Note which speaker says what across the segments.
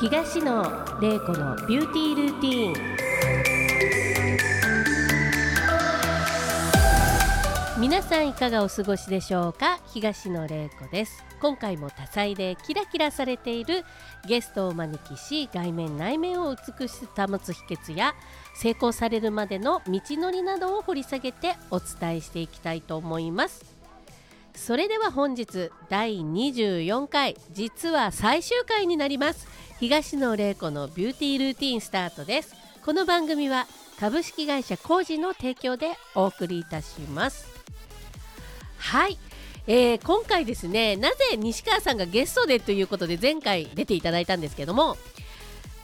Speaker 1: 東野玲子のビューティールーティーン皆さんいかがお過ごしでしょうか東野玲子です今回も多彩でキラキラされているゲストをお招きし外面内面を美しく保つ秘訣や成功されるまでの道のりなどを掘り下げてお伝えしていきたいと思いますそれでは本日第24回実は最終回になります東野玲子のビューティールーティンスタートですこの番組は株式会社コージの提供でお送りいたしますはい、えー今回ですねなぜ西川さんがゲストでということで前回出ていただいたんですけども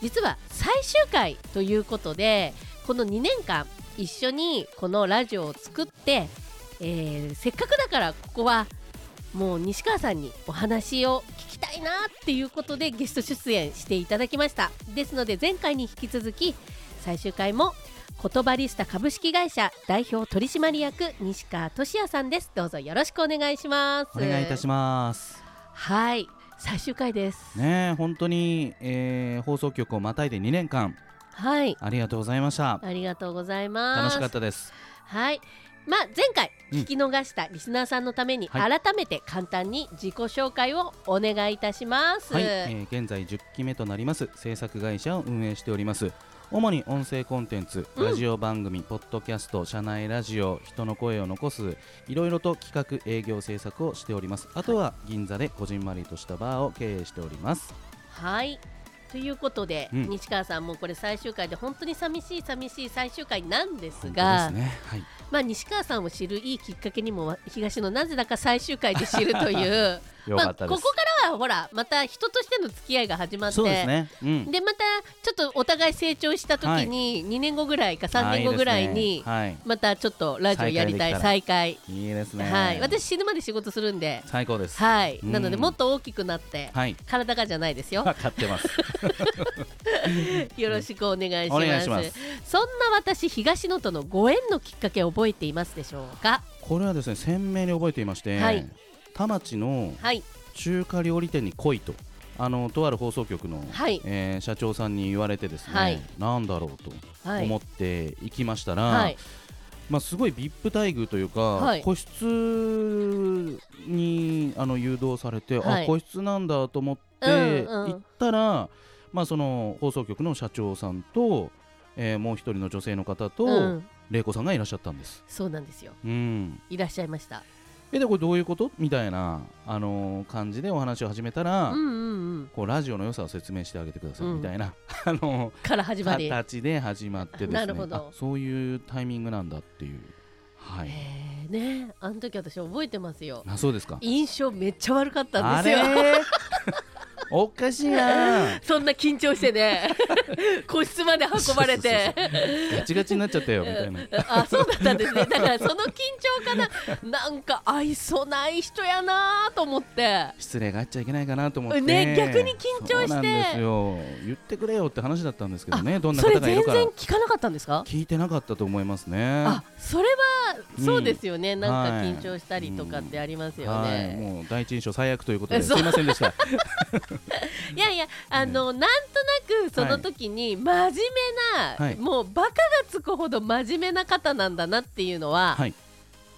Speaker 1: 実は最終回ということでこの2年間一緒にこのラジオを作ってえーせっかくだからここはもう西川さんにお話を聞きたいなっていうことでゲスト出演していただきましたですので前回に引き続き最終回も言葉リスタ株式会社代表取締役西川俊也さんですどうぞよろしくお願いします
Speaker 2: お願いいたします。
Speaker 1: はい最終回です、
Speaker 2: ねえ本当に、えー放送局をまたいで2年間
Speaker 1: はい
Speaker 2: ありがとうございました。
Speaker 1: ありがとうございます
Speaker 2: 楽しかったです。
Speaker 1: はい。まあ、前回
Speaker 2: うん
Speaker 1: 聞き逃したリスナーさんのために
Speaker 2: は
Speaker 1: 改めて簡単に自己紹介をお願いいたします。
Speaker 2: はい、えー現在10期目となります制作会社を運営しております。主に音声コンテンツ、
Speaker 1: うん
Speaker 2: ラジオ番組、ポッドキャスト、社内ラジオ、人の声を残す、いろいろと企画、営業、制作をしております。あとは銀座でこじんまりとしたバーを経営しております。
Speaker 1: はいということで、
Speaker 2: うん
Speaker 1: 西川さんもこれ最終回で本当に寂しい寂しい最終回なんです
Speaker 2: 本
Speaker 1: が
Speaker 2: 当ですね。はい。
Speaker 1: まあ、西川さんを知るいいきっかけにも 東のなぜだか最終回で知るという
Speaker 2: よ
Speaker 1: ま
Speaker 2: か
Speaker 1: あ、
Speaker 2: った
Speaker 1: こ
Speaker 2: で
Speaker 1: こ
Speaker 2: す。
Speaker 1: からはほらまた人としての付き合いが始まって
Speaker 2: そうですね。うん。
Speaker 1: でまたちょっとお互い成長した時に2年後ぐらいか3年後ぐらいに、
Speaker 2: あいいですねはい。
Speaker 1: またちょっとラジオやりたい再
Speaker 2: 再
Speaker 1: 開
Speaker 2: いいですね。
Speaker 1: はい私死ぬまで仕事するんで
Speaker 2: 最高です。
Speaker 1: はい
Speaker 2: うん
Speaker 1: なのでもっと大きくなって
Speaker 2: はい。
Speaker 1: 体がじゃないですよ
Speaker 2: わかってます。
Speaker 1: よろしくお願いし
Speaker 2: お願
Speaker 1: ま
Speaker 2: い
Speaker 1: す
Speaker 2: します。
Speaker 1: そんな私東野とのご縁のきっかけを覚えていますでしょうか
Speaker 2: これはですね、鮮明に覚えていまして、
Speaker 1: はい
Speaker 2: 田町の
Speaker 1: はい
Speaker 2: 中華料理店に来いと、あのとある放送局の、
Speaker 1: はい
Speaker 2: えー社長さんに言われてですね、
Speaker 1: はい
Speaker 2: なんだろうと
Speaker 1: はい
Speaker 2: 思って行きましたら、
Speaker 1: はい
Speaker 2: まあすごい VIP 待遇というか、
Speaker 1: はい
Speaker 2: 個室にあの誘導されて、
Speaker 1: はい
Speaker 2: あ個室なんだと思って
Speaker 1: うんうん
Speaker 2: 行ったら、まあその放送局の社長さんと、えーもう一人の女性の方と、
Speaker 1: うん
Speaker 2: 玲子さんがいらっしゃったんです。
Speaker 1: そうなんですよ
Speaker 2: うん。
Speaker 1: いらっしゃいました
Speaker 2: えでこれどういうことみたいな、あのー感じでお話を始めたら、
Speaker 1: うんうんうん
Speaker 2: こうラジオの良さを説明してあげてください、
Speaker 1: うん
Speaker 2: みたいな、 あの
Speaker 1: から始ま
Speaker 2: ー
Speaker 1: り
Speaker 2: 形で始まってです ね
Speaker 1: なるほど
Speaker 2: あそういうタイミングなんだっていう、はい、
Speaker 1: えーねあの時私覚えてますよ
Speaker 2: あそうですか
Speaker 1: 印象めっちゃ悪かった
Speaker 2: あ
Speaker 1: んですよ
Speaker 2: れー おかしい な
Speaker 1: そんな緊張して ね個室まで運ばれて
Speaker 2: そうそうそうガチガチになっちゃったよみたいな
Speaker 1: あそうだったんですねだからその緊張かななんか愛想ない人やなと思って
Speaker 2: 失礼があっちゃいけないかなと思って
Speaker 1: ね逆に緊張して
Speaker 2: そうなんですよ言ってくれよって話だったんですけどねどんな
Speaker 1: それ
Speaker 2: 方がい
Speaker 1: 全
Speaker 2: るから
Speaker 1: 然聞かなかったんですか
Speaker 2: 聞いてなかったと思いますね
Speaker 1: あそれは
Speaker 2: うん
Speaker 1: そうですよね、なんか
Speaker 2: はい
Speaker 1: 緊張したりとかってありますよ
Speaker 2: はい、
Speaker 1: ね、
Speaker 2: もう第一印象最悪ということで、す
Speaker 1: そう
Speaker 2: いません でした。
Speaker 1: い、やいやあの、なんとなくその時に真面目な、
Speaker 2: はい
Speaker 1: もうバカがつくほど真面目な方なんだなっていうのは、
Speaker 2: はい、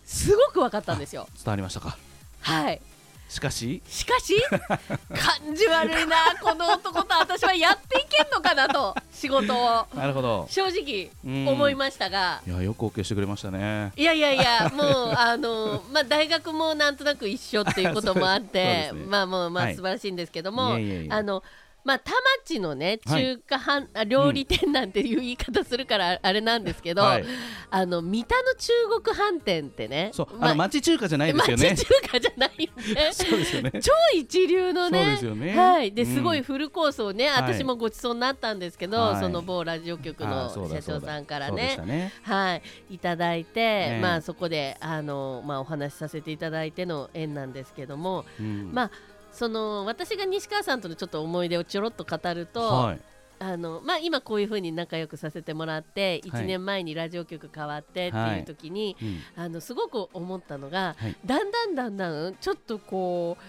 Speaker 1: すごく分かったんですよ
Speaker 2: 伝わりましたか。
Speaker 1: はい
Speaker 2: しかし、
Speaker 1: しか し感じ悪いなこの男と私はやっていけんのかなと仕事を
Speaker 2: なるほど。
Speaker 1: 正直
Speaker 2: うん
Speaker 1: 思いましたが、
Speaker 2: いや、よく OK してくれましたね。
Speaker 1: いやいやいや、もうあのまあ大学もなんとなく一緒っていうこともあって、
Speaker 2: そうですね
Speaker 1: まあもうまあ
Speaker 2: はい
Speaker 1: 素晴らしいんですけども、
Speaker 2: いえいえいえ
Speaker 1: あのまあ田町のね
Speaker 2: はい
Speaker 1: 中華飯、あ料理店なんていう言い方するからあれなんですけど、
Speaker 2: はい、
Speaker 1: あの三田の中国飯店ってね、
Speaker 2: そう、
Speaker 1: ま
Speaker 2: あの町中華じゃないですよね
Speaker 1: 町。中華じゃないん で。
Speaker 2: そうですよね。
Speaker 1: 超一流のね
Speaker 2: そうですよね
Speaker 1: はい、
Speaker 2: う
Speaker 1: で
Speaker 2: ん
Speaker 1: すごいフルコースをね、
Speaker 2: はい
Speaker 1: 私もごちそうになったんですけど、
Speaker 2: はい
Speaker 1: その某ラジオ局
Speaker 2: あ
Speaker 1: の
Speaker 2: ーそうだ
Speaker 1: 社長さんから
Speaker 2: そうだそうで
Speaker 1: ね
Speaker 2: したね。
Speaker 1: はい、いただいて、
Speaker 2: え
Speaker 1: まあそこであのまあお話しさせていただいての縁なんですけども、
Speaker 2: うん
Speaker 1: まあその私が西川さんとのちょっと思い出をちょろっと語ると、
Speaker 2: はい、
Speaker 1: あのまあ今こういうふうに仲良くさせてもらって、
Speaker 2: はい
Speaker 1: 1年前にラジオ局変わってっていう時に、
Speaker 2: うん
Speaker 1: あのすごく思ったのが、
Speaker 2: はい
Speaker 1: だんだんだんだんちょっとこう。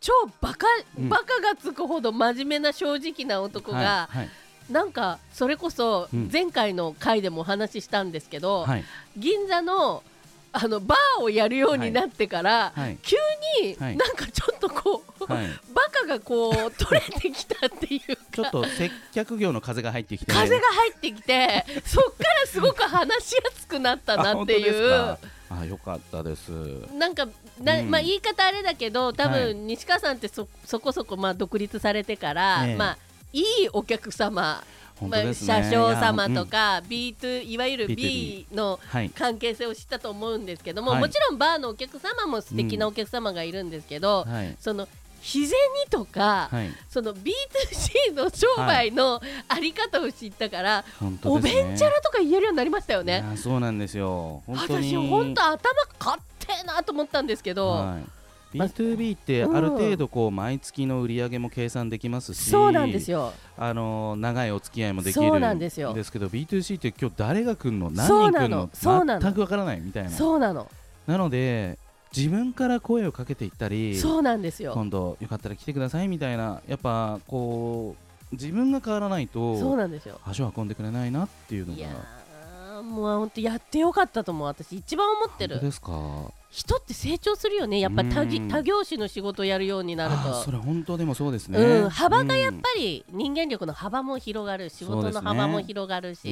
Speaker 1: 超バカ
Speaker 2: うん
Speaker 1: バカがつくほど真面目な正直な男が、
Speaker 2: はい
Speaker 1: なんかそれこそ
Speaker 2: うん
Speaker 1: 前回の回でもお話ししたんですけど、
Speaker 2: はい
Speaker 1: 銀座のあのバーをやるようになってから、
Speaker 2: はい
Speaker 1: 急に
Speaker 2: はい
Speaker 1: なんかちょっとこう、
Speaker 2: はい、はい
Speaker 1: バカがこう取れてきたっていうか
Speaker 2: ちょっと接客業の風が入ってきて、
Speaker 1: 風が入ってきてそっからすごく話しやすくなったなってい
Speaker 2: あ
Speaker 1: う
Speaker 2: 本当。ですかあよかったです
Speaker 1: なんかな、
Speaker 2: うん
Speaker 1: まあ言い方あれだけど多
Speaker 2: はい
Speaker 1: 分西川さんってそそこそこまあ独立されてから、
Speaker 2: ええ
Speaker 1: まあいいお客様、
Speaker 2: 本
Speaker 1: ま
Speaker 2: 当
Speaker 1: あ、
Speaker 2: ですね、
Speaker 1: 車掌
Speaker 2: い
Speaker 1: 様
Speaker 2: や
Speaker 1: と、か B2 いわゆる B
Speaker 2: B2B
Speaker 1: の
Speaker 2: うんはい
Speaker 1: 関係性を知ったと思うんですけども、
Speaker 2: はい
Speaker 1: もちろんバーのお客様も素敵なお客様がいるんですけど、
Speaker 2: はい
Speaker 1: その日銭とか、
Speaker 2: はい
Speaker 1: その B2C の商売のあり方を知ったから、
Speaker 2: 本当
Speaker 1: お
Speaker 2: ですね
Speaker 1: べんちゃらとか言えるようになりましたよ
Speaker 2: い
Speaker 1: ね。
Speaker 2: やそうなんですよ本当に
Speaker 1: 私本当頭勝手なと思ったんですけど、
Speaker 2: はい、
Speaker 1: ま
Speaker 2: B2B ってあ
Speaker 1: うん
Speaker 2: る程度こう毎月の売り上げも計算できますし、
Speaker 1: そうなんですよ。
Speaker 2: あの長いお付き合いもできる
Speaker 1: そうなんですよ
Speaker 2: けど B2C って今日誰が来るの何
Speaker 1: そう
Speaker 2: 人
Speaker 1: な
Speaker 2: 来
Speaker 1: の
Speaker 2: るの
Speaker 1: そうなの
Speaker 2: 全くわからないみたいな
Speaker 1: そうなの。
Speaker 2: なので自分から声をかけていったり
Speaker 1: そうなんですよ。
Speaker 2: 今度よかったら来てくださいみたいなやっぱこう自分が変わらない
Speaker 1: そう
Speaker 2: と
Speaker 1: なんですよ。
Speaker 2: 足を運んでくれないなっていうの
Speaker 1: い
Speaker 2: が
Speaker 1: やーもう本当やってよかったと思う。私一番思って
Speaker 2: 本当
Speaker 1: る。
Speaker 2: ですか
Speaker 1: 人って成長するよね。やっぱり多ぎ
Speaker 2: うん
Speaker 1: 多業種の仕事をやるようになる
Speaker 2: あーそ
Speaker 1: と。
Speaker 2: れ本当でもそうですね、
Speaker 1: うん幅が
Speaker 2: やっ
Speaker 1: やっぱり人間力の幅も広がる仕事の幅も広がるし、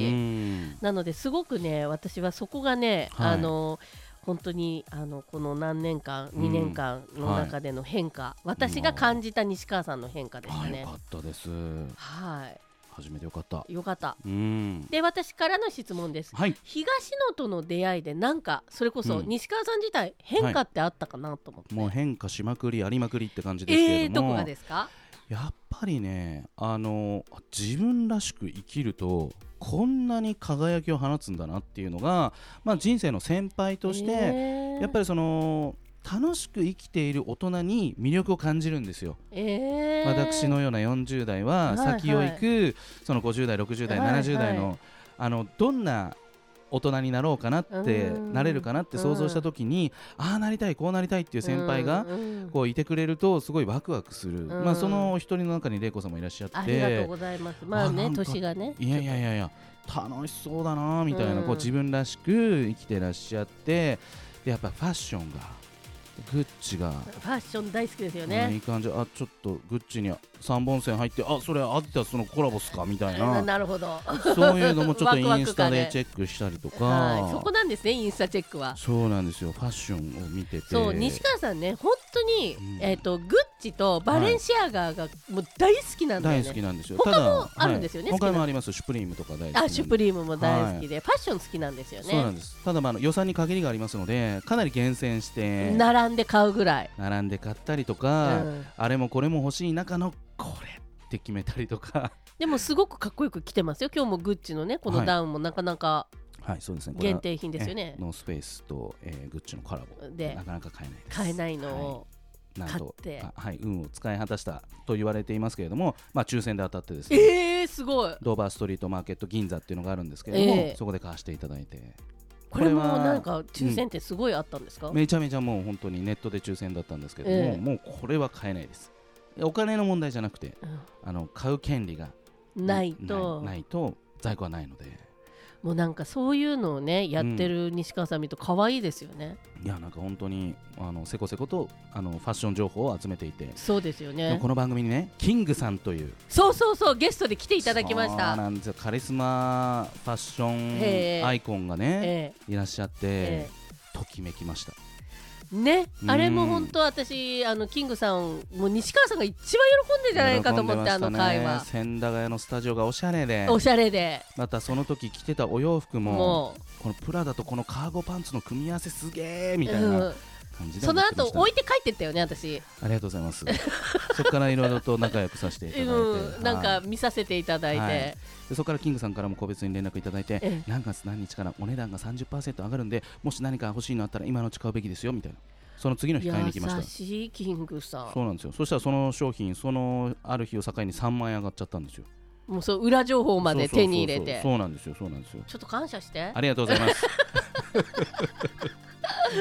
Speaker 1: なのですごくね私はそこがね、
Speaker 2: はい
Speaker 1: あの本当にあのこの何年間
Speaker 2: うん
Speaker 1: 2年間の中での変化、私が感じた西川さんの変化でした
Speaker 2: あよ
Speaker 1: ね
Speaker 2: か。ったです
Speaker 1: は
Speaker 2: 初めてよかった
Speaker 1: いよかった。
Speaker 2: うん
Speaker 1: で私からの質問です。
Speaker 2: はい
Speaker 1: 東野との出会いでなんかそれこそ
Speaker 2: うん
Speaker 1: 西川さん自体変化ってあったかなと思って、
Speaker 2: もう変化しまくりありまくりって感じですけ
Speaker 1: え
Speaker 2: れ
Speaker 1: ー、
Speaker 2: ど
Speaker 1: ど
Speaker 2: も、
Speaker 1: こがですか
Speaker 2: やっぱりねあの自分らしく生きるとこんなに輝きを放つんだなっていうのが、まあ、人生の先輩として、やっ
Speaker 1: り、
Speaker 2: ぱりその楽しく生きている大人に魅力を感じるんですよ、
Speaker 1: えー
Speaker 2: 私のような40代
Speaker 1: はい
Speaker 2: は
Speaker 1: はい
Speaker 2: 先を行く、その50代60代
Speaker 1: はいはい
Speaker 2: 70代の,、あのどんな大人になろうかなって
Speaker 1: うん
Speaker 2: なれるかなって想像した時に、ああなりたいこうなりたいっていう先輩が、
Speaker 1: うんうん
Speaker 2: こういてくれるとすごいワクワクする、
Speaker 1: ん
Speaker 2: まあそのお一人の中に玲子さんもいらっしゃって
Speaker 1: ありがとうございますまあ
Speaker 2: あな
Speaker 1: ね
Speaker 2: んか
Speaker 1: 年がね
Speaker 2: いやいやいやいや楽しそうだなみたいな、
Speaker 1: うん
Speaker 2: こう自分らしく生きてらっしゃってでやっぱファッションがグッチが、
Speaker 1: ファッション大好きですよ
Speaker 2: うんい
Speaker 1: ね
Speaker 2: い感じあちょっとグッチに3本線入ってあそれアディダスのコラボっすかみた い
Speaker 1: な
Speaker 2: な
Speaker 1: なるほど
Speaker 2: そういうのもちょっ
Speaker 1: ワ
Speaker 2: と
Speaker 1: クワ
Speaker 2: イ
Speaker 1: ク
Speaker 2: ンスタ
Speaker 1: 感ね
Speaker 2: でチェックしたりとか、
Speaker 1: はいそこなんですねインスタチェックは
Speaker 2: そうなんですよファッションを見てて
Speaker 1: そう西川さんね本当に、
Speaker 2: うん
Speaker 1: えっ、とグッチとバレンシアガがもう大好きなんだよ
Speaker 2: 大好き
Speaker 1: ね
Speaker 2: なんですよ
Speaker 1: 他
Speaker 2: た
Speaker 1: も
Speaker 2: だ
Speaker 1: あるんですよね
Speaker 2: はい
Speaker 1: 好きな
Speaker 2: 他もありますシュプリームとか大好きな
Speaker 1: あ
Speaker 2: んです
Speaker 1: シュプリームも大好きで、ファッション好きなんですよね
Speaker 2: そうなんですただまああの予算に限りがありますのでかなり厳選して
Speaker 1: 並んで買うぐらい、
Speaker 2: 並んで買ったりと
Speaker 1: う
Speaker 2: か、
Speaker 1: ん、
Speaker 2: あれもこれも欲しい中のこれって決めたりとか
Speaker 1: でもすごくかっこよく着てますよ今日もグッチのねこの
Speaker 2: はい
Speaker 1: ダウンもなかなか
Speaker 2: はいそうですねこれは
Speaker 1: 限定品ですよね
Speaker 2: え、ノースペースと、えーグッチのコラボ
Speaker 1: で
Speaker 2: なかなか買えないです
Speaker 1: 買えないのを、
Speaker 2: はいなんと
Speaker 1: 買って
Speaker 2: あはい、運を使い果たしたと言われていますけれども、まあ、抽選で当たってですね
Speaker 1: えー、すごい
Speaker 2: ドーバーストリートマーケット銀座っていうのがあるんですけれども、
Speaker 1: ええ
Speaker 2: そこで買わせていただいて
Speaker 1: これも
Speaker 2: これは
Speaker 1: なんか抽選ってすごいあったんですか、
Speaker 2: めちゃめちゃもう本当にネットで抽選だったんですけれども、
Speaker 1: ええ
Speaker 2: もうこれは買えないですお金の問題じゃなくてあの買う権利が
Speaker 1: うんないと
Speaker 2: ないないと在庫はないので
Speaker 1: もうなんかそういうのをねやってる西川さん見ると可愛いですよね、
Speaker 2: いやなんか本当にあのせこせことあのファッション情報を集めていて、
Speaker 1: そうですよ
Speaker 2: でも
Speaker 1: ね
Speaker 2: この番組にねキングさんという
Speaker 1: そうそうそうゲストで来ていただきまし
Speaker 2: そう
Speaker 1: た
Speaker 2: なんですよカリスマファッシ
Speaker 1: へ
Speaker 2: ョ
Speaker 1: え
Speaker 2: ンアイコンがね、
Speaker 1: え
Speaker 2: いらっしゃって、
Speaker 1: ええ
Speaker 2: ときめきました
Speaker 1: えね
Speaker 2: うん
Speaker 1: あれも本当私あのキングさんもう西川さんが一番喜んでんじゃないかと思って、
Speaker 2: 喜
Speaker 1: あ
Speaker 2: んで
Speaker 1: の
Speaker 2: ましたね
Speaker 1: 会話
Speaker 2: 千駄ヶ谷のスタジオがおしゃれで
Speaker 1: おしゃれで
Speaker 2: またその時着てたお洋服も
Speaker 1: も
Speaker 2: このプラダとこのカーゴパンツの組み合わせすげえ
Speaker 1: う
Speaker 2: みたいな
Speaker 1: うん
Speaker 2: 感じで
Speaker 1: その後
Speaker 2: お
Speaker 1: 置いて帰ってったよね私
Speaker 2: ありがとうございますそこからいろいろと仲良くさせていただいて、
Speaker 1: うんなん
Speaker 2: はい
Speaker 1: か見させていただいて、
Speaker 2: はいでそこからキングさんからも個別に連絡いただいて、
Speaker 1: え
Speaker 2: 何月何日からお値段が30%上がるんで、もし何か欲しいのあったら今のうち買うべきですよみたいな、その次の日買いに来まし
Speaker 1: 優
Speaker 2: た。
Speaker 1: しいキングさ
Speaker 2: そうなんですよそしたらその商品、そのある日を境に3万円上がっちゃったんですよ。
Speaker 1: んもうそう裏情報まで
Speaker 2: そうそうそうそう
Speaker 1: 手に入れて
Speaker 2: そうなんですよ、そうなんですよ。
Speaker 1: ちょっと感謝して
Speaker 2: ありがとうございます。も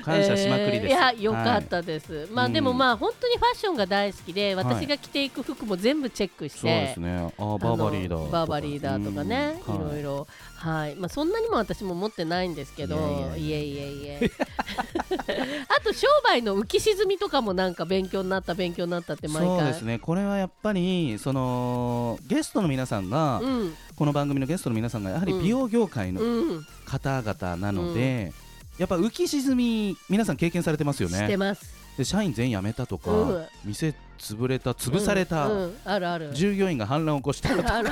Speaker 2: う感謝しまくりです。
Speaker 1: えーいやや良かったです、まあ
Speaker 2: うん
Speaker 1: でもまあ本当にファッションが大好きで
Speaker 2: はい
Speaker 1: 私が着ていく服も全部チェックして、
Speaker 2: そうですね。あー、
Speaker 1: あの
Speaker 2: バーバリーだとか。
Speaker 1: バーバリーだとかね、
Speaker 2: うん
Speaker 1: いろい。ろはいまあそんなにも私も持ってないんですけど
Speaker 2: い
Speaker 1: いえいえいえ あと商売の浮き沈みとかもなんか勉強になった勉強になったって毎回
Speaker 2: そうですね。これはやっぱりそのゲストの皆さんが、
Speaker 1: うん
Speaker 2: この番組のゲストの皆さんがやはり
Speaker 1: うん
Speaker 2: 美容業界の
Speaker 1: うん、
Speaker 2: 方々なので、やっぱ浮き沈み皆さん経験されてますよ
Speaker 1: して
Speaker 2: ね。
Speaker 1: ます
Speaker 2: で社員全員辞めたとか、
Speaker 1: うん
Speaker 2: 店潰れた潰された、
Speaker 1: うんうんあるある
Speaker 2: 従業員が反乱を起こした とか
Speaker 1: ある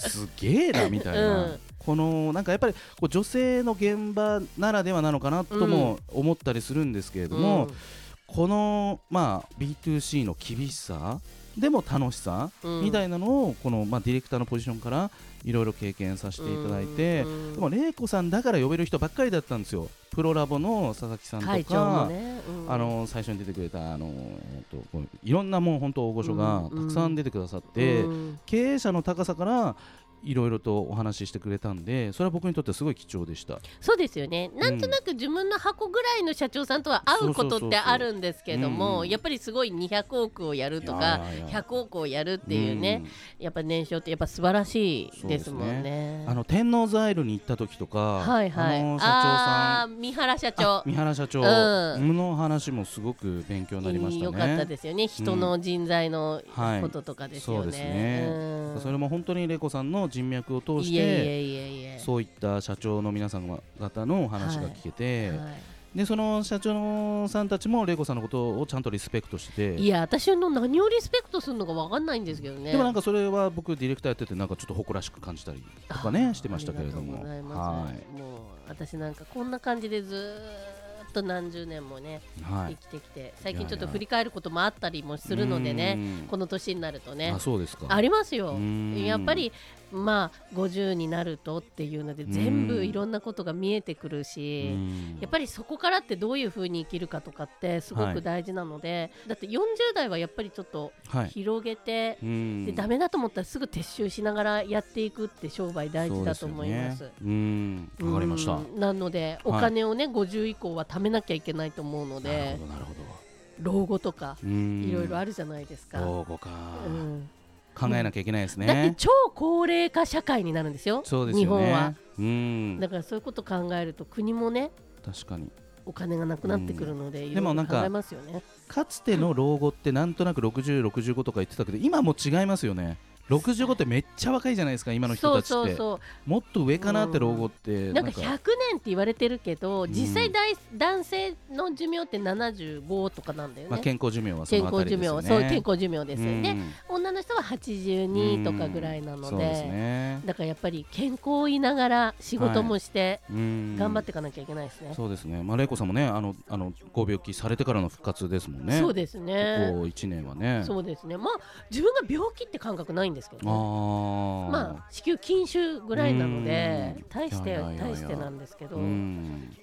Speaker 2: すげえなみたいな、
Speaker 1: うん
Speaker 2: このなんかやっぱりこう女性の現場ならではなのかなとも思ったりするんですけれど も、この、まあ、B2C の厳しさでも楽しさみた
Speaker 1: ない
Speaker 2: なのをこの、まあ、ディレクターのポジションからいろいろ経験させていただいて、でも玲子さんだから呼べる人ばっかりだったんですよ。プロラボの佐々木さんとか
Speaker 1: 会長もね、うん
Speaker 2: あの最初に出てくれたあの、えっと、こういろんなもう本当大御所が
Speaker 1: うん
Speaker 2: たくさん出てくださって、
Speaker 1: うん
Speaker 2: 経営者の高さからいろいろとお話ししてくれたんでそれは僕にとってはすごい貴重でした
Speaker 1: そうですよねなんとなく自分の箱ぐらいの社長さんとは会うことってあるんですけど
Speaker 2: そうそうそうそううんう
Speaker 1: も
Speaker 2: ん
Speaker 1: やっぱりすごい200億をやると
Speaker 2: いや
Speaker 1: か
Speaker 2: いやいや
Speaker 1: 100億をやるっていうね、やっぱ年商ってやっぱ素晴らしいですもん
Speaker 2: そう
Speaker 1: ね。
Speaker 2: あの天王座イルに行った時とか、
Speaker 1: はいはい、
Speaker 2: あの社長
Speaker 1: あ
Speaker 2: さ
Speaker 1: あ
Speaker 2: ん
Speaker 1: ー三原社
Speaker 2: あ
Speaker 1: 長
Speaker 2: 三原社長、
Speaker 1: うん
Speaker 2: の話もすごく勉強になりましたね。
Speaker 1: 良かったですよね人の人材の
Speaker 2: はい
Speaker 1: こととかですよ
Speaker 2: そうですね
Speaker 1: ね。うん
Speaker 2: それも本当に玲子さんの人脈を通して
Speaker 1: いえいえいえいえ
Speaker 2: そういった社長の皆さん方のお話が聞けて、
Speaker 1: はい
Speaker 2: でその社長さんたちも玲子さんのことをちゃんとリスペクトして
Speaker 1: いや私の何をリスペクトするのかわかんないんですけどね。
Speaker 2: でもなんかそれは僕ディレクターやっててなんかちょっと誇らしく感じたりとか
Speaker 1: あ
Speaker 2: ね
Speaker 1: ー
Speaker 2: してましたけれども
Speaker 1: ありがとうございま
Speaker 2: は
Speaker 1: すもう私なんかこんな感じでずーっと何十年もね、
Speaker 2: いは
Speaker 1: 生
Speaker 2: い
Speaker 1: きてきて最近
Speaker 2: いやい
Speaker 1: ちょ
Speaker 2: や
Speaker 1: っと振り返ることもあったりもするのでね
Speaker 2: うん
Speaker 1: この年になるとね
Speaker 2: あそうですか
Speaker 1: ありますよ
Speaker 2: うん
Speaker 1: やっぱりまあ50になるとっていうので全
Speaker 2: う
Speaker 1: 部
Speaker 2: ん
Speaker 1: いろんなことが見えてくるし
Speaker 2: うん
Speaker 1: やっぱりそこからってどういうふうに生きるかとかってすご
Speaker 2: は
Speaker 1: く
Speaker 2: い
Speaker 1: 大事なので、だって40代はやっぱりちょっと
Speaker 2: はい
Speaker 1: 広げて、
Speaker 2: うん
Speaker 1: でダメだと思ったらすぐ撤収しながらやっていくって商売大事だと思います。
Speaker 2: そうでよねうんわかりました
Speaker 1: うんなのでお金をね、50以降は貯めなきゃいけないと思うの
Speaker 2: なる
Speaker 1: で
Speaker 2: ほどなるほど
Speaker 1: 老後とか
Speaker 2: うん
Speaker 1: いろいろあるじゃないですか、
Speaker 2: 老後か
Speaker 1: うん
Speaker 2: 考えなきゃいけないです
Speaker 1: だって
Speaker 2: ね
Speaker 1: 超高齢化社会になるんですよ
Speaker 2: そうです
Speaker 1: 日
Speaker 2: よ
Speaker 1: 本は
Speaker 2: ねうん
Speaker 1: だからそういうこと考えると国もね
Speaker 2: 確かに
Speaker 1: お金がなくなってくるので、いろいろ
Speaker 2: でもなんか
Speaker 1: 考えますよね
Speaker 2: かつての老後ってなんとなく6065とか言ってたけど今もう違いますよね65ってめっちゃ若いじゃないですか今の人たち
Speaker 1: そう
Speaker 2: っ
Speaker 1: そう
Speaker 2: て
Speaker 1: そう
Speaker 2: もっと上かなって老後って
Speaker 1: なんか100年って言われてるけど
Speaker 2: ん
Speaker 1: 実際大男性の寿命って75とかなんだよね、
Speaker 2: まあ、健康寿命はそ
Speaker 1: 健
Speaker 2: のあた
Speaker 1: 康
Speaker 2: り
Speaker 1: 寿
Speaker 2: で
Speaker 1: 命
Speaker 2: すよ
Speaker 1: は、
Speaker 2: ね。
Speaker 1: そう健康寿命ですよ
Speaker 2: う
Speaker 1: ね、
Speaker 2: ん
Speaker 1: 女の人は82とかぐらいなの
Speaker 2: そう
Speaker 1: で,、
Speaker 2: ですね。
Speaker 1: だからやっぱり健康を言いながら仕事もして頑
Speaker 2: 頑
Speaker 1: 張っていかなきゃいけないですね、
Speaker 2: そうですね。まあ玲子さんもね、あのあのご病気されてからの復活ですもんね。
Speaker 1: そうですね
Speaker 2: ここ一年はね。
Speaker 1: そうですねまあ自分が病気って感覚ないんですけど
Speaker 2: あ
Speaker 1: ね、
Speaker 2: あ。
Speaker 1: まあ子宮筋腫ぐらいなので
Speaker 2: うん
Speaker 1: 大して
Speaker 2: いやいやいやいや
Speaker 1: 大してなんですけど
Speaker 2: うん。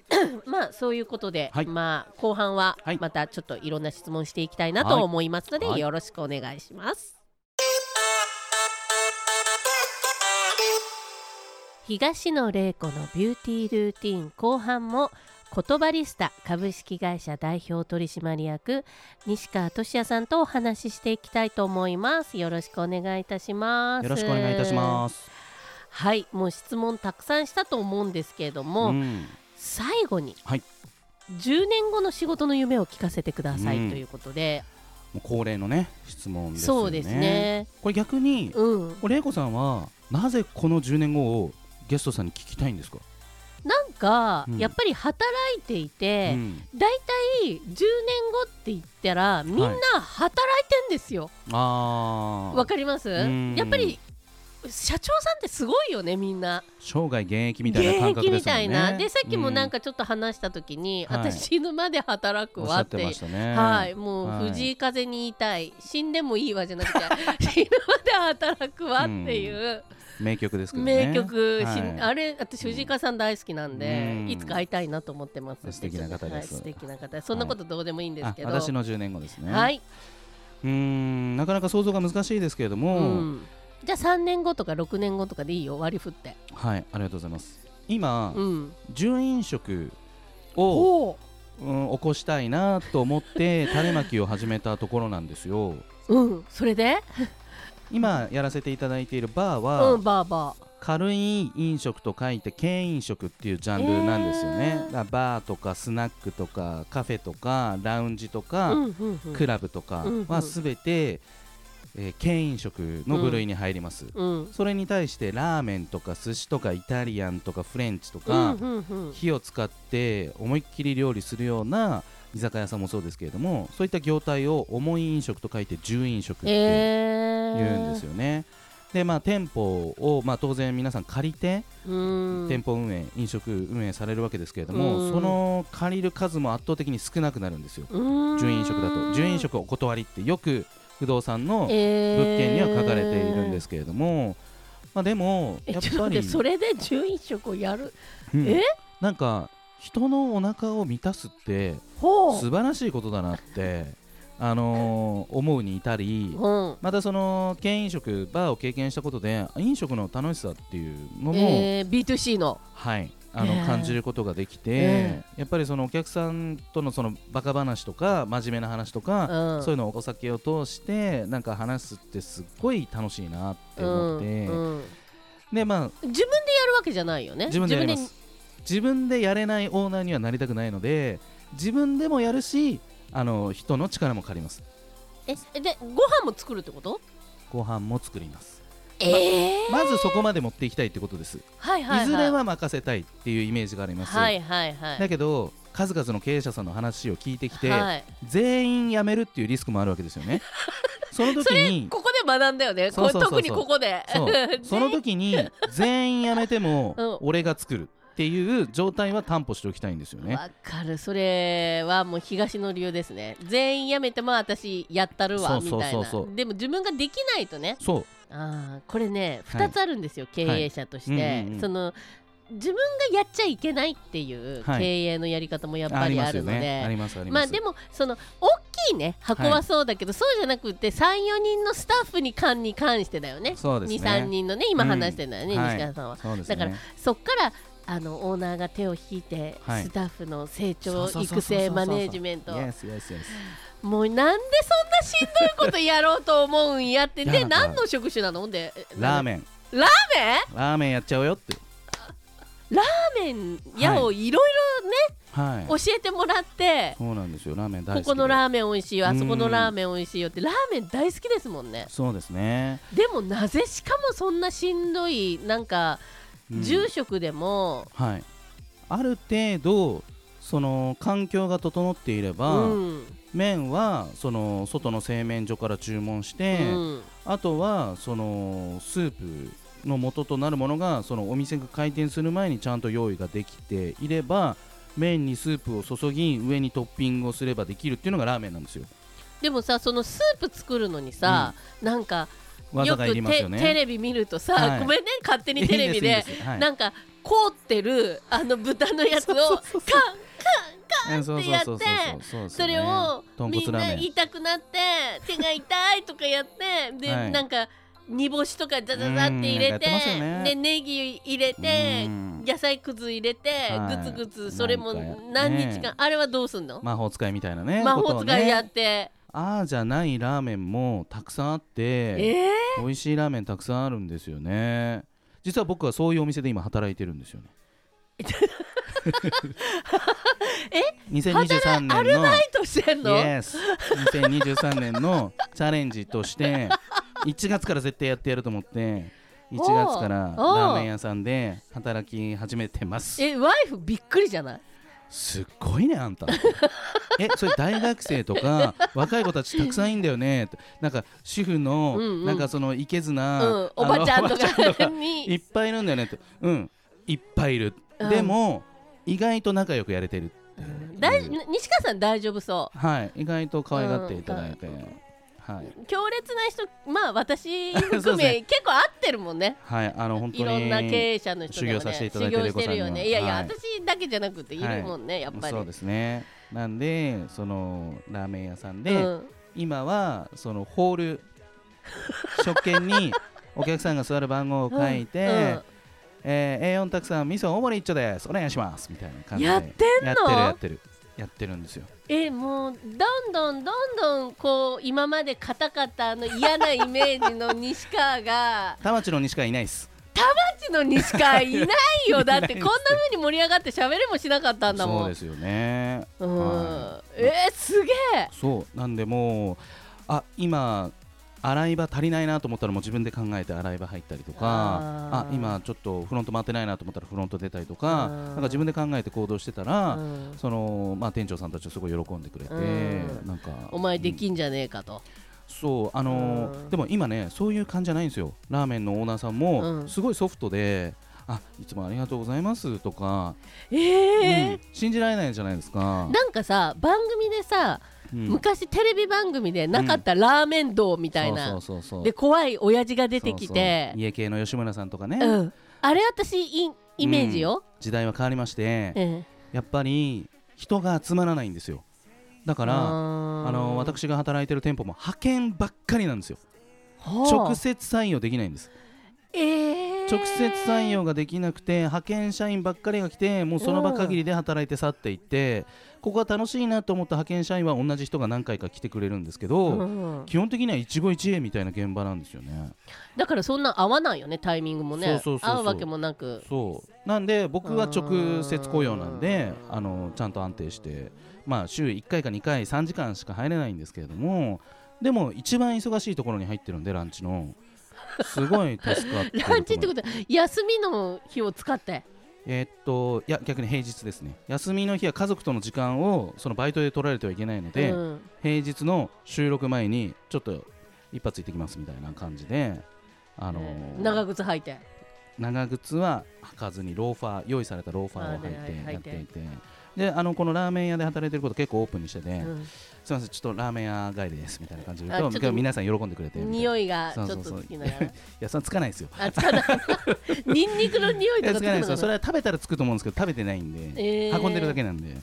Speaker 1: まあそういうことで、
Speaker 2: はい
Speaker 1: まあ後半は
Speaker 2: はい
Speaker 1: またちょっといろんな質問していきたいなと思いますので、
Speaker 2: はい
Speaker 1: よろしくお願いします。東野玲子のビューティールーティン後半も言葉リスタ株式会社代表取締役西川俊也さんとお話ししていきたいと思いますよろしくお願いいたします
Speaker 2: よろしくお願いいたし
Speaker 1: す
Speaker 2: ます。
Speaker 1: はいもう質問たくさんしたと思うんですけれども、
Speaker 2: ん。
Speaker 1: 最後に、
Speaker 2: はい
Speaker 1: 10年後の仕事の夢を聞かせてください
Speaker 2: うん
Speaker 1: ということで、
Speaker 2: もう恒例のね質問ですよね。
Speaker 1: そうです。ね
Speaker 2: これ逆に、
Speaker 1: うん
Speaker 2: これ玲子さんはなぜこの10年後をゲストさんに聞きたいんですか。
Speaker 1: なんか、
Speaker 2: うん
Speaker 1: やっぱり働いていて、
Speaker 2: うん
Speaker 1: だいたい10年後って言ったらみんな働いてんですよ
Speaker 2: あ
Speaker 1: わ、
Speaker 2: あ。
Speaker 1: かります
Speaker 2: ん
Speaker 1: やっぱり社長さんってすごいよねみんな
Speaker 2: 生涯現役みたいな
Speaker 1: 現
Speaker 2: 感覚
Speaker 1: 役
Speaker 2: で
Speaker 1: み
Speaker 2: すもん
Speaker 1: た
Speaker 2: ね。
Speaker 1: いなでさっきもなん
Speaker 2: か、
Speaker 1: かちょっと話した時に、
Speaker 2: はい
Speaker 1: 私死ぬまで働く
Speaker 2: おっし
Speaker 1: わ
Speaker 2: ゃっ
Speaker 1: って
Speaker 2: てましたね。
Speaker 1: はい、もう
Speaker 2: はい
Speaker 1: 藤井風に言いたい、死んでもいいわじゃなくて 死ぬまで働くわっていう
Speaker 2: 名曲ですけどね。
Speaker 1: 名曲、
Speaker 2: はい
Speaker 1: しんあれ私藤井風さん大好きなんで、
Speaker 2: うん
Speaker 1: いつか会いたいなと思ってます
Speaker 2: 素敵な方です
Speaker 1: はい素敵な方そんなことどうでもいいんです
Speaker 2: あ
Speaker 1: けど、はい、
Speaker 2: 私の10年後ですね。うーんなかなか想像が難しいですけれど
Speaker 1: う
Speaker 2: も、
Speaker 1: ん、じゃあ3年後とか6年後とかでいいよ割り振って、
Speaker 2: はいありがとうございます。今
Speaker 1: うん、
Speaker 2: 準飲食を
Speaker 1: おお
Speaker 2: うん、起こしたいなと思って種まきを始めたところなんですよ
Speaker 1: うんそれで
Speaker 2: 今やらせていただいているバーは、
Speaker 1: うんバーバー
Speaker 2: 軽い飲食と書いて軽飲食っていうジャンルなんですよね、
Speaker 1: えー
Speaker 2: だからバーとかスナックとかカフェとかラウンジとか、
Speaker 1: うんうんうん
Speaker 2: クラブとか
Speaker 1: うんうん
Speaker 2: は全て、えー軽飲食の部類に入ります、
Speaker 1: うん
Speaker 2: それに対してラーメンとか寿司とかイタリアンとかフレンチと
Speaker 1: う
Speaker 2: か、
Speaker 1: んうんうん
Speaker 2: 火を使って思いっきり料理するような居酒屋さんもそうですけれどもそういった業態を重い飲食と書いて重飲食っていう
Speaker 1: えー
Speaker 2: んですよね。でまあ、店舗を、まあ、当然皆さん借りて、
Speaker 1: うん
Speaker 2: 店舗運営飲食運営されるわけですけれども、
Speaker 1: うん
Speaker 2: その借りる数も圧倒的に少なくなるんですよ
Speaker 1: うん
Speaker 2: 純飲食だと純飲食お断りってよく不動産の物
Speaker 1: えー
Speaker 2: 件には書かれているんですけれども、まあ、でも
Speaker 1: え
Speaker 2: やっ
Speaker 1: ちょっと
Speaker 2: ぱ
Speaker 1: 待っ
Speaker 2: り
Speaker 1: てそれで純飲食をやる
Speaker 2: うん
Speaker 1: え
Speaker 2: なんか人のお腹を満たすって
Speaker 1: ほう
Speaker 2: 素晴らしいことだなって、あのー思うに至り
Speaker 1: うん
Speaker 2: またその県飲食バーを経験したことで飲食の楽しさっていうのも、
Speaker 1: えー B2C の
Speaker 2: はい、あの
Speaker 1: ええ
Speaker 2: 感じることができて、
Speaker 1: え
Speaker 2: やっぱりそのお客さんとのそのバカ話とか真面目な話とか、
Speaker 1: うん
Speaker 2: そういうのをお酒を通してなんか話すってすっごい楽しいなって思って、
Speaker 1: うんうん
Speaker 2: でまあ
Speaker 1: 自分でやるわけじゃないよね
Speaker 2: 自分でやります自分でやれないオーナーにはなりたくないので自分でもやるしあの人の力も借ります
Speaker 1: 自分でえでご飯も作るってこと
Speaker 2: ご飯も作ります
Speaker 1: ええ
Speaker 2: まずそこまで持っていきたいってことです、い
Speaker 1: はいはいい
Speaker 2: ずれは任せたいっていうイメージがあります、
Speaker 1: はいはいはい
Speaker 2: だけど数々の経営者さんの話を聞いてきて、
Speaker 1: はい、
Speaker 2: 全員辞めるっていうリスクもあるわけですよ ねその時
Speaker 1: それ
Speaker 2: に
Speaker 1: ここで学んだよね
Speaker 2: そうそうそうそう
Speaker 1: これ特にここで
Speaker 2: そうその時に全員辞めて
Speaker 1: う
Speaker 2: も
Speaker 1: ん
Speaker 2: 俺が作るっていう状態は担保しておきたいんですよね
Speaker 1: わかるそれはもう東の理由ですね全員やめても私やったるわ
Speaker 2: そう
Speaker 1: み
Speaker 2: そう
Speaker 1: たい
Speaker 2: そう
Speaker 1: な
Speaker 2: そう
Speaker 1: でも自分ができないとね
Speaker 2: そう
Speaker 1: あーこれね
Speaker 2: は
Speaker 1: 2
Speaker 2: い
Speaker 1: つあるんですよ、経営者として、
Speaker 2: はいうんうんうん
Speaker 1: その自分がやっちゃいけないっていう
Speaker 2: はい
Speaker 1: 経営のやり方もやっぱ
Speaker 2: り
Speaker 1: り
Speaker 2: ま
Speaker 1: あ
Speaker 2: す
Speaker 1: る
Speaker 2: よ
Speaker 1: ので、
Speaker 2: ねありますあり
Speaker 1: ま
Speaker 2: ま
Speaker 1: あ
Speaker 2: す
Speaker 1: でもその大きいね箱はそうだけど、そうじゃなくて34人のスタッフに関に関してだよね
Speaker 2: そうですね
Speaker 1: 23人のね今話してるのよね、
Speaker 2: うんはい
Speaker 1: 西川さんは、
Speaker 2: そうです
Speaker 1: だ
Speaker 2: ね
Speaker 1: からそっからあのオーナーが手を引いて、
Speaker 2: はい
Speaker 1: スタッフの成
Speaker 2: そ
Speaker 1: 長
Speaker 2: うそうそう
Speaker 1: 育
Speaker 2: そうそう
Speaker 1: 成マネージメント
Speaker 2: Yes, yes, yes
Speaker 1: もうなんでそんなしんどいことやろうと思うんやって
Speaker 2: いや
Speaker 1: で
Speaker 2: なんか
Speaker 1: 何の職種なので
Speaker 2: ラー
Speaker 1: ン
Speaker 2: メン
Speaker 1: ラーメン
Speaker 2: ラーメンやっちゃうよって
Speaker 1: ラーメン屋をいろ
Speaker 2: はい
Speaker 1: いろ教えてもらって、
Speaker 2: そうなんですよラーメン大好
Speaker 1: こ
Speaker 2: きで
Speaker 1: このラーメン美味しいよあそこ
Speaker 2: う
Speaker 1: の
Speaker 2: ん
Speaker 1: ラーメン美味しいよってラーメン大好きですもんね
Speaker 2: そうですね
Speaker 1: でもなぜしかもそんなしんどいなんか
Speaker 2: うん
Speaker 1: 住職でも、
Speaker 2: はいある程度その環境が整っていれ
Speaker 1: う
Speaker 2: ば、
Speaker 1: ん
Speaker 2: 麺はその外の製麺所から注文し
Speaker 1: う
Speaker 2: て、
Speaker 1: ん
Speaker 2: あとはそのスープの元となるものがそのお店が開店する前にちゃんと用意ができていれば麺にスープを注ぎ上にトッピングをすればできるっていうのがラーメンなんですよ
Speaker 1: でもさそのスープ作るのにさ、なんか
Speaker 2: 技
Speaker 1: よく
Speaker 2: がいりますよ
Speaker 1: テ
Speaker 2: ね
Speaker 1: テレビ見るとさ、
Speaker 2: はい
Speaker 1: ごめんね勝手にテレビで
Speaker 2: いいんすいいんすはい
Speaker 1: なんか凍ってるあの豚のやつをカン
Speaker 2: うんそうそうそうそうそうそう
Speaker 1: それを
Speaker 2: 豚
Speaker 1: み
Speaker 2: 骨
Speaker 1: ん
Speaker 2: ラー
Speaker 1: な
Speaker 2: メン
Speaker 1: 痛くなって手が痛いとかや ってで、
Speaker 2: はい
Speaker 1: なんか煮干しとかザザザって入
Speaker 2: うんな
Speaker 1: れ
Speaker 2: んか
Speaker 1: て
Speaker 2: やってますよね
Speaker 1: でネギ入れ
Speaker 2: う
Speaker 1: て
Speaker 2: ん
Speaker 1: 野菜くず入れて
Speaker 2: はい
Speaker 1: グツグツそれも何
Speaker 2: なんか
Speaker 1: 日間、
Speaker 2: ね
Speaker 1: あれはどうすんの、
Speaker 2: 魔法使いみたいなね
Speaker 1: 魔
Speaker 2: こと
Speaker 1: 法
Speaker 2: を
Speaker 1: 使いや
Speaker 2: ね
Speaker 1: って、
Speaker 2: ああじゃないラーメンもたくさんあって
Speaker 1: え
Speaker 2: 美味しいラーメンたくさんあるんですよね実は僕はそういうお店で今働いてるんですよねえ2023年の
Speaker 1: アルバイトしてんの、
Speaker 2: Yes 2023年のチャレンジとして1月から絶対やってやると思って1月からラ
Speaker 1: おう
Speaker 2: ーメン屋さんで働き始めてます
Speaker 1: えワイフびっくりじゃない
Speaker 2: すっごいねあんた えそれ大学生と か若い子たちたくさんいんだよねってなんか主婦の
Speaker 1: うんうん
Speaker 2: なんかそのいけずな、
Speaker 1: うん、おばちゃんと
Speaker 2: あ のおばちゃ
Speaker 1: か
Speaker 2: んとかい
Speaker 1: に
Speaker 2: っぱいいるんだよねってうんいっぱいいる、
Speaker 1: うん
Speaker 2: でも意外と仲良くやれてるって
Speaker 1: 大
Speaker 2: いう
Speaker 1: 西川さん大丈夫そ
Speaker 2: はい意外と可愛がっていただいて、はい、
Speaker 1: う強烈な人まあ私
Speaker 2: そう
Speaker 1: 含
Speaker 2: です
Speaker 1: め、
Speaker 2: ね
Speaker 1: 結構合ってるもんね
Speaker 2: はい、あの本当に
Speaker 1: いろんな経営者の人でも、ね、
Speaker 2: 修行させていただいてる
Speaker 1: 修行してるよ
Speaker 2: レコさんには
Speaker 1: ねいやいや、
Speaker 2: はい
Speaker 1: 私だけじゃなくているもんね、やっぱり
Speaker 2: そうですね。なんでそのラーメン屋さん
Speaker 1: う
Speaker 2: で、
Speaker 1: ん
Speaker 2: 今はそのホ ール食券にお客さんが座る番号を書いて、
Speaker 1: うんうん
Speaker 2: えー A4 たくさん味噌大盛り一丁ですお願いしますみたいな感じで
Speaker 1: やってんの
Speaker 2: やってるやってるやってるんですよ。
Speaker 1: えもうどんどんどんどんこう今まで硬かったあの嫌なイメージの西川 が
Speaker 2: 田町の西川いないです。
Speaker 1: あっちの西川いないよだって
Speaker 2: いないです
Speaker 1: こんな風に盛り上がって喋れもしなかったんだもん
Speaker 2: そうですよね。
Speaker 1: うん
Speaker 2: は
Speaker 1: えー、すげえ
Speaker 2: そうなんでもうあ今洗い場足りないなと思ったらもう自分で考えて洗い場入ったりとか
Speaker 1: あ
Speaker 2: あ
Speaker 1: ー
Speaker 2: 今ちょっとフロント回ってないなと思ったらフロント出たりとか
Speaker 1: うん
Speaker 2: なんか自分で考えて行動してた
Speaker 1: う
Speaker 2: ら、
Speaker 1: ん
Speaker 2: そのまあ、店長さんたちはすごい喜んでくれて、
Speaker 1: うん
Speaker 2: なんか
Speaker 1: お前で
Speaker 2: うん
Speaker 1: きんじゃねえかと、
Speaker 2: そうあのー
Speaker 1: うん
Speaker 2: でも今ねそういう感じじゃないんですよラーメンのオーナーさん
Speaker 1: う
Speaker 2: も
Speaker 1: ん
Speaker 2: すごいソフトで、あいつもありがとうございますとか、
Speaker 1: え
Speaker 2: う
Speaker 1: え
Speaker 2: ん信じられないじゃないですか。
Speaker 1: なんかさ番組でさ、
Speaker 2: うん
Speaker 1: 昔テレビ番組でなかったラーメン道みたいな、
Speaker 2: そうそうそうそう
Speaker 1: で怖い親父が出てきて
Speaker 2: そうそう家系の吉村さんとかね、
Speaker 1: うん、あれ私イイメージよ、
Speaker 2: 時代は変わりまして、
Speaker 1: ええ
Speaker 2: やっぱり人が集まらないんですよだからあ
Speaker 1: あ
Speaker 2: の私が働いてる店舗も派遣ばっかりなんですよ直接採用できないんです
Speaker 1: ええ
Speaker 2: 直接採用ができなくて派遣社員ばっかりが来てもうその場限りで働いて去っていってここは楽しいなと思った派遣社員は同じ人が何回か来てくれるんですけど、
Speaker 1: うん
Speaker 2: 基本的には一期一会みたいな現場なんですよね
Speaker 1: だからそんな合わないよねタイミングもね
Speaker 2: そうそうそうそう
Speaker 1: 合うわけもなく
Speaker 2: そうなんで僕は直接雇用なんで
Speaker 1: うん
Speaker 2: あのちゃんと安定してまあ週1回か2回3時間しか入れないんですけれどもでも一番忙しいところに入ってるんでランチのすごい助かってると思う
Speaker 1: ランチってことは休みの日を使って
Speaker 2: えーっといや逆に平日ですね休みの日は家族との時間をそのバイトで取られてはいけないので、
Speaker 1: うん
Speaker 2: 平日の収録前にちょっと一発行ってきますみたいな感じであの
Speaker 1: え
Speaker 2: ー
Speaker 1: え長靴履いて
Speaker 2: 長靴は履かずにローファー用意されたローファーを
Speaker 1: あー
Speaker 2: 履い
Speaker 1: ね
Speaker 2: てやっていてであのこのラーメン屋で働いてること結構オープンにしてて、
Speaker 1: うん
Speaker 2: すみませんちょっとラーメン屋帰りですみたいな感じで言
Speaker 1: あ
Speaker 2: う
Speaker 1: ちょ
Speaker 2: と
Speaker 1: っと
Speaker 2: 皆さん喜んでくれてみたいない
Speaker 1: 匂いがちょ
Speaker 2: そ
Speaker 1: っ
Speaker 2: う
Speaker 1: と
Speaker 2: そうそう
Speaker 1: つきながら
Speaker 2: やそれはつかないですよ
Speaker 1: あつか ないニンニクの匂い
Speaker 2: い
Speaker 1: とか
Speaker 2: やつかないですよ
Speaker 1: つ
Speaker 2: そ
Speaker 1: か
Speaker 2: れ
Speaker 1: な
Speaker 2: は食べたらつくと思うんですけど食べてないんで、
Speaker 1: えー
Speaker 2: 運んでるだけなんで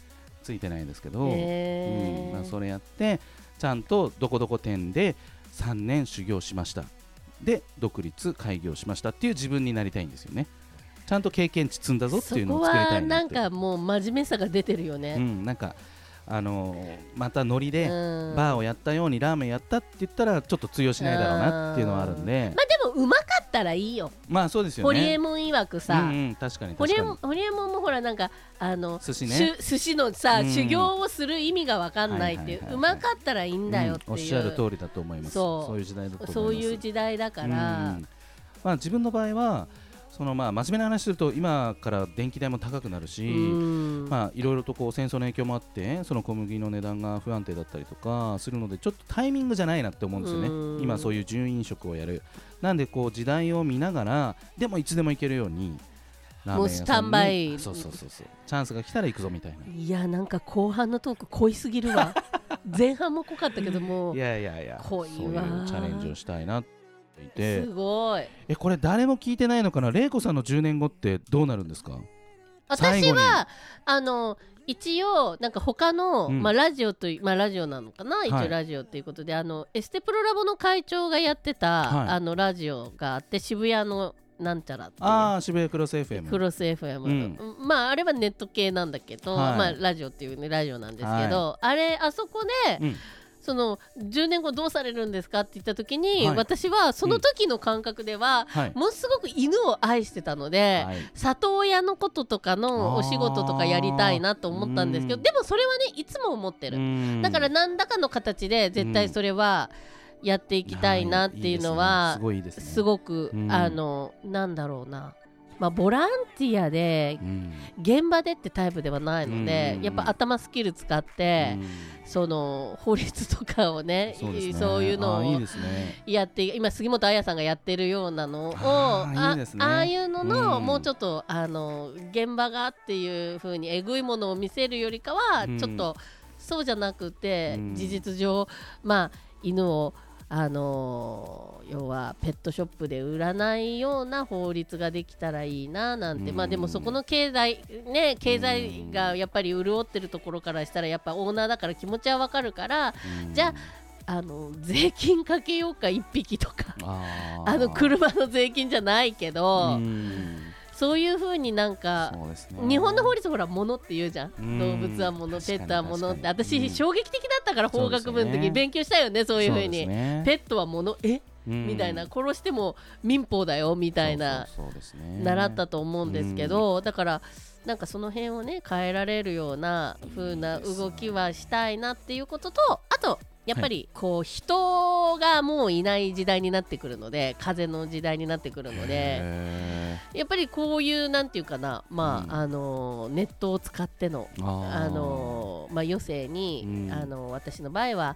Speaker 2: ついてないですけど、
Speaker 1: えー
Speaker 2: うんまあ、それやってちゃんとどこどこ店で3年修行しましたで独立開業しましたっていう自分になりたいんですよねちゃんと経験値積んだぞっていうのを作りたいなって
Speaker 1: そこはなんかもう真面目さが出てるよ
Speaker 2: う
Speaker 1: ね、
Speaker 2: ん、なんかあのーまたノリ
Speaker 1: うん
Speaker 2: でバーをやったようにラーメンやったって言ったらちょっと通用しないだろうなっていうのはあるんで
Speaker 1: まあでもうまかったらいいよ
Speaker 2: まあそうですよ
Speaker 1: ホリエ
Speaker 2: ね
Speaker 1: モン曰く
Speaker 2: う
Speaker 1: さ、
Speaker 2: んうん確かに
Speaker 1: ホ
Speaker 2: 確
Speaker 1: リエ
Speaker 2: か
Speaker 1: モン
Speaker 2: に
Speaker 1: ホリエモンもほらなんかあの
Speaker 2: 寿司ね
Speaker 1: しゅ寿司のさ、
Speaker 2: うん
Speaker 1: 修行をする意味がわかんないっていう、
Speaker 2: はいはいはいうはい
Speaker 1: まかったらいいんだよっていう、
Speaker 2: うんおっしゃる通りだと思います
Speaker 1: そ
Speaker 2: そうういう時代だと思います
Speaker 1: そういう時代だから、
Speaker 2: うんまあ自分の場合はそのまあ真面目な話すると今から電気代も高くなるし、
Speaker 1: うん
Speaker 2: まあ、いろいろとこう戦争の影響もあってその小麦の値段が不安定だったりとかするのでちょっとタイミングじゃないなって思うんですよね
Speaker 1: うん
Speaker 2: 今そういう準飲食をやるなんでこう時代を見ながらでもいつでも行けるようにラーメン屋さんに
Speaker 1: もうスタンバイ
Speaker 2: あそうそうそうそうチャンスが来たら行くぞみたいない
Speaker 1: やなんか後半のトーク濃いすぎる わ前半も濃かったけども
Speaker 2: いやいやいや
Speaker 1: 濃
Speaker 2: そう
Speaker 1: い
Speaker 2: い
Speaker 1: わ
Speaker 2: うチャレンジをしたいなっていて
Speaker 1: すごい
Speaker 2: えこれ誰も聞いてないのかな玲子さんの10年後ってどうなるんですか最
Speaker 1: 私
Speaker 2: 後に
Speaker 1: はあの一応なんか他の、
Speaker 2: うん
Speaker 1: まあラジオといまあラジオなのかな、
Speaker 2: は
Speaker 1: 一応
Speaker 2: い
Speaker 1: ラジオということであのエステプロラボの会長がやってた、
Speaker 2: はい
Speaker 1: あのラジオがあって渋谷のなんちゃらっていう
Speaker 2: ああ渋谷クロス FM
Speaker 1: クロス FM、
Speaker 2: う
Speaker 1: まああれはネット系なんだけど、
Speaker 2: はい
Speaker 1: まあラジオっていうねラジオなんですけど、あれあそこで、
Speaker 2: うん
Speaker 1: その10年後どうされるんですかって言った時に、
Speaker 2: はい
Speaker 1: 私はその時の感覚では、
Speaker 2: はい、
Speaker 1: ものすごく犬を愛してたので、
Speaker 2: はい
Speaker 1: 里親のこととかのお仕事とかやりたいなと思ったんですけど
Speaker 2: あー
Speaker 1: でもそれはねいつも思ってる、
Speaker 2: うん
Speaker 1: だから何らかの形で絶対それはやっていきたいなっていうの
Speaker 2: い
Speaker 1: は
Speaker 2: やいいですね
Speaker 1: す
Speaker 2: すごいいい
Speaker 1: ごく、
Speaker 2: ですねうん
Speaker 1: あのなんだろうな、まあ、ボランティアで
Speaker 2: うん
Speaker 1: 現場でってタイプではないので、
Speaker 2: うん
Speaker 1: やっぱ頭スキル使って、その法律とかをね
Speaker 2: うんですね
Speaker 1: そういう
Speaker 2: あ
Speaker 1: の
Speaker 2: ーい
Speaker 1: を
Speaker 2: いですね
Speaker 1: やって今杉本彩さんがやってるようなのを
Speaker 2: あーいいですね
Speaker 1: ああいうのの、
Speaker 2: うん
Speaker 1: もうちょっとあの現場がっていう風にえぐいものを見せるよりかは、
Speaker 2: うん
Speaker 1: ちょっとそうじゃなくて、
Speaker 2: うん
Speaker 1: 事実上まあ犬をあのー要はペットショップで売らないような法律ができたらいいななんて、
Speaker 2: うん
Speaker 1: まあでもそこの経済ね経済がやっぱり潤ってるところからしたらやっぱオーナーだから気持ちはわかるから
Speaker 2: うん
Speaker 1: じゃあの税金かけようか1匹とか
Speaker 2: あー
Speaker 1: あの車の税金じゃないけど、
Speaker 2: うん
Speaker 1: そういうふうになんか
Speaker 2: そうですね
Speaker 1: 日本の法律ほら物って言うじゃ
Speaker 2: うんん
Speaker 1: 動物は物
Speaker 2: 確か
Speaker 1: ペ
Speaker 2: に
Speaker 1: ットは物って
Speaker 2: 確かに
Speaker 1: 私
Speaker 2: うん
Speaker 1: 衝撃的だったから法学部の
Speaker 2: そうです
Speaker 1: 時
Speaker 2: ね
Speaker 1: 勉強したよねそういうふうにペ
Speaker 2: ペ
Speaker 1: ットは物えみたいな殺しても民法だよみたいな
Speaker 2: そうそうそうですね
Speaker 1: 習ったと思うんですけどだからなんかその辺をね変えられるような風ない
Speaker 2: いですね
Speaker 1: 動きはしたいなっていうこととあとやっぱりこう人がもういない時代になってくるので風の時代になってくるので。
Speaker 2: へ
Speaker 1: やっぱりこういうなんていうかな、まあ
Speaker 2: うん
Speaker 1: あのネットを使っての
Speaker 2: ーあー
Speaker 1: あのまあ余生に、
Speaker 2: うん
Speaker 1: あの私の場合は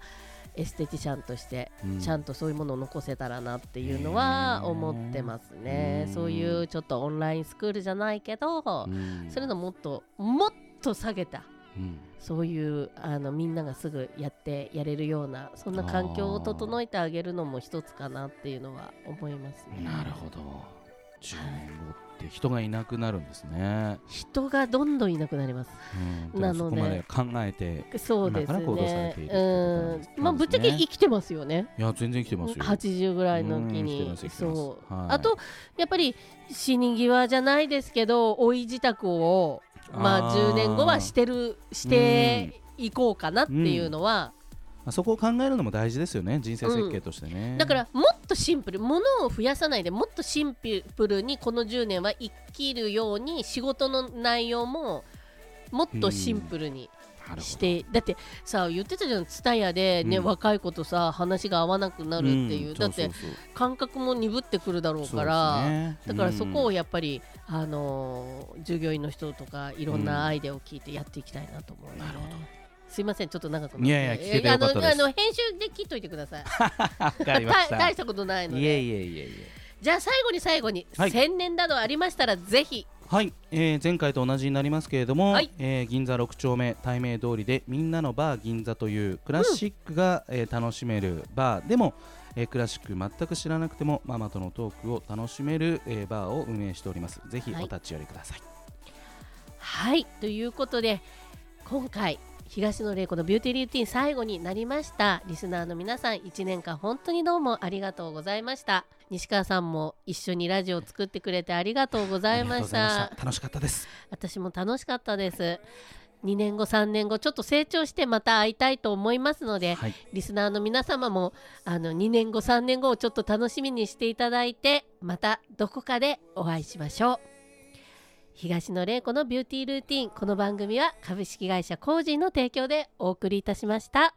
Speaker 1: エステティシャンとして
Speaker 2: うん
Speaker 1: ちゃんとそういうものを残せたらなっていうのは
Speaker 2: へー
Speaker 1: 思ってますね。
Speaker 2: うん
Speaker 1: そういうちょっとオンラインスクールじゃないけど、
Speaker 2: うん
Speaker 1: そういうのもっともっと下げた。
Speaker 2: うん
Speaker 1: そういうあのみんながすぐやってやれるようなそんな環境を整えてあげるのも一つかなっていうのは思いますね。
Speaker 2: なるほど10年後って人がいなくなるんですね、
Speaker 1: 人がどんどんいなくなります。
Speaker 2: うん、
Speaker 1: なので
Speaker 2: でもそこまで考えて
Speaker 1: そうです
Speaker 2: 今から行動され
Speaker 1: ね。
Speaker 2: ているということなんですね
Speaker 1: うん、まあぶっちゃけ生きてますよね。
Speaker 2: いや全然来てますよ
Speaker 1: 80ぐらいの時に
Speaker 2: うん生きてます生きてます
Speaker 1: そう、
Speaker 2: はい
Speaker 1: あとやっぱり死に際じゃないですけど老い自宅をまあ
Speaker 2: あー
Speaker 1: 10年後はしてるしていこうかなっていうのは、
Speaker 2: まあそこを考えるのも大事ですよね人生設計としてね、
Speaker 1: だからもっとシンプル物を増やさないでもっとシンプルにこの10年は生きるように仕事の内容ももっとシンプルに
Speaker 2: なるほど
Speaker 1: してだってさ言ってたじゃん蔦屋でね、
Speaker 2: うん
Speaker 1: 若い子とさ話が合わなくなるっていう、
Speaker 2: ん
Speaker 1: だって
Speaker 2: そうそう
Speaker 1: 感覚も鈍ってくるだろう
Speaker 2: そう
Speaker 1: から、
Speaker 2: そうですね
Speaker 1: だからそこを
Speaker 2: うん
Speaker 1: やっぱり、あのー従業員の人とかいろん
Speaker 2: うん
Speaker 1: なアイデアを聞いてやっていきたいなと思う、ね
Speaker 2: なるほど
Speaker 1: すいませんちょっと長くなって
Speaker 2: いやいや聞けてよかったです
Speaker 1: あのあの編集で切っといてください
Speaker 2: わかりまし
Speaker 1: 大
Speaker 2: た
Speaker 1: 大
Speaker 2: い
Speaker 1: したことないので
Speaker 2: えいえいえいえ
Speaker 1: じゃあ最後に最後に、
Speaker 2: はい
Speaker 1: 宣伝などありましたらぜひ
Speaker 2: はい、えー前回と同じになりますけれども、
Speaker 1: はい
Speaker 2: えー銀座6丁目対名通りでみんなのバー銀座というクラシックが、えー楽しめるバーでも、えークラシック全く知らなくてもママとのトークを楽しめる、えーバーを運営しておりますぜひ
Speaker 1: は
Speaker 2: お
Speaker 1: い
Speaker 2: 立ち寄りください、
Speaker 1: はいということで今回東野玲子のビューティールーティン最後になりましたリスナーの皆さん1年間本当にどうもありがとうございました西川さんも一緒にラジオを作ってくれてありがとうございました
Speaker 2: ありがとうございました楽しかったです
Speaker 1: 私も楽しかったです2年後3年後ちょっと成長してまた会いたいと思いますので
Speaker 2: はい
Speaker 1: リスナーの皆様もあの2年後3年後をちょっと楽しみにしていただいてまたどこかでお会いしましょう東野玲子のビューティールーティンこの番組は株式会社コージーの提供でお送りいたしました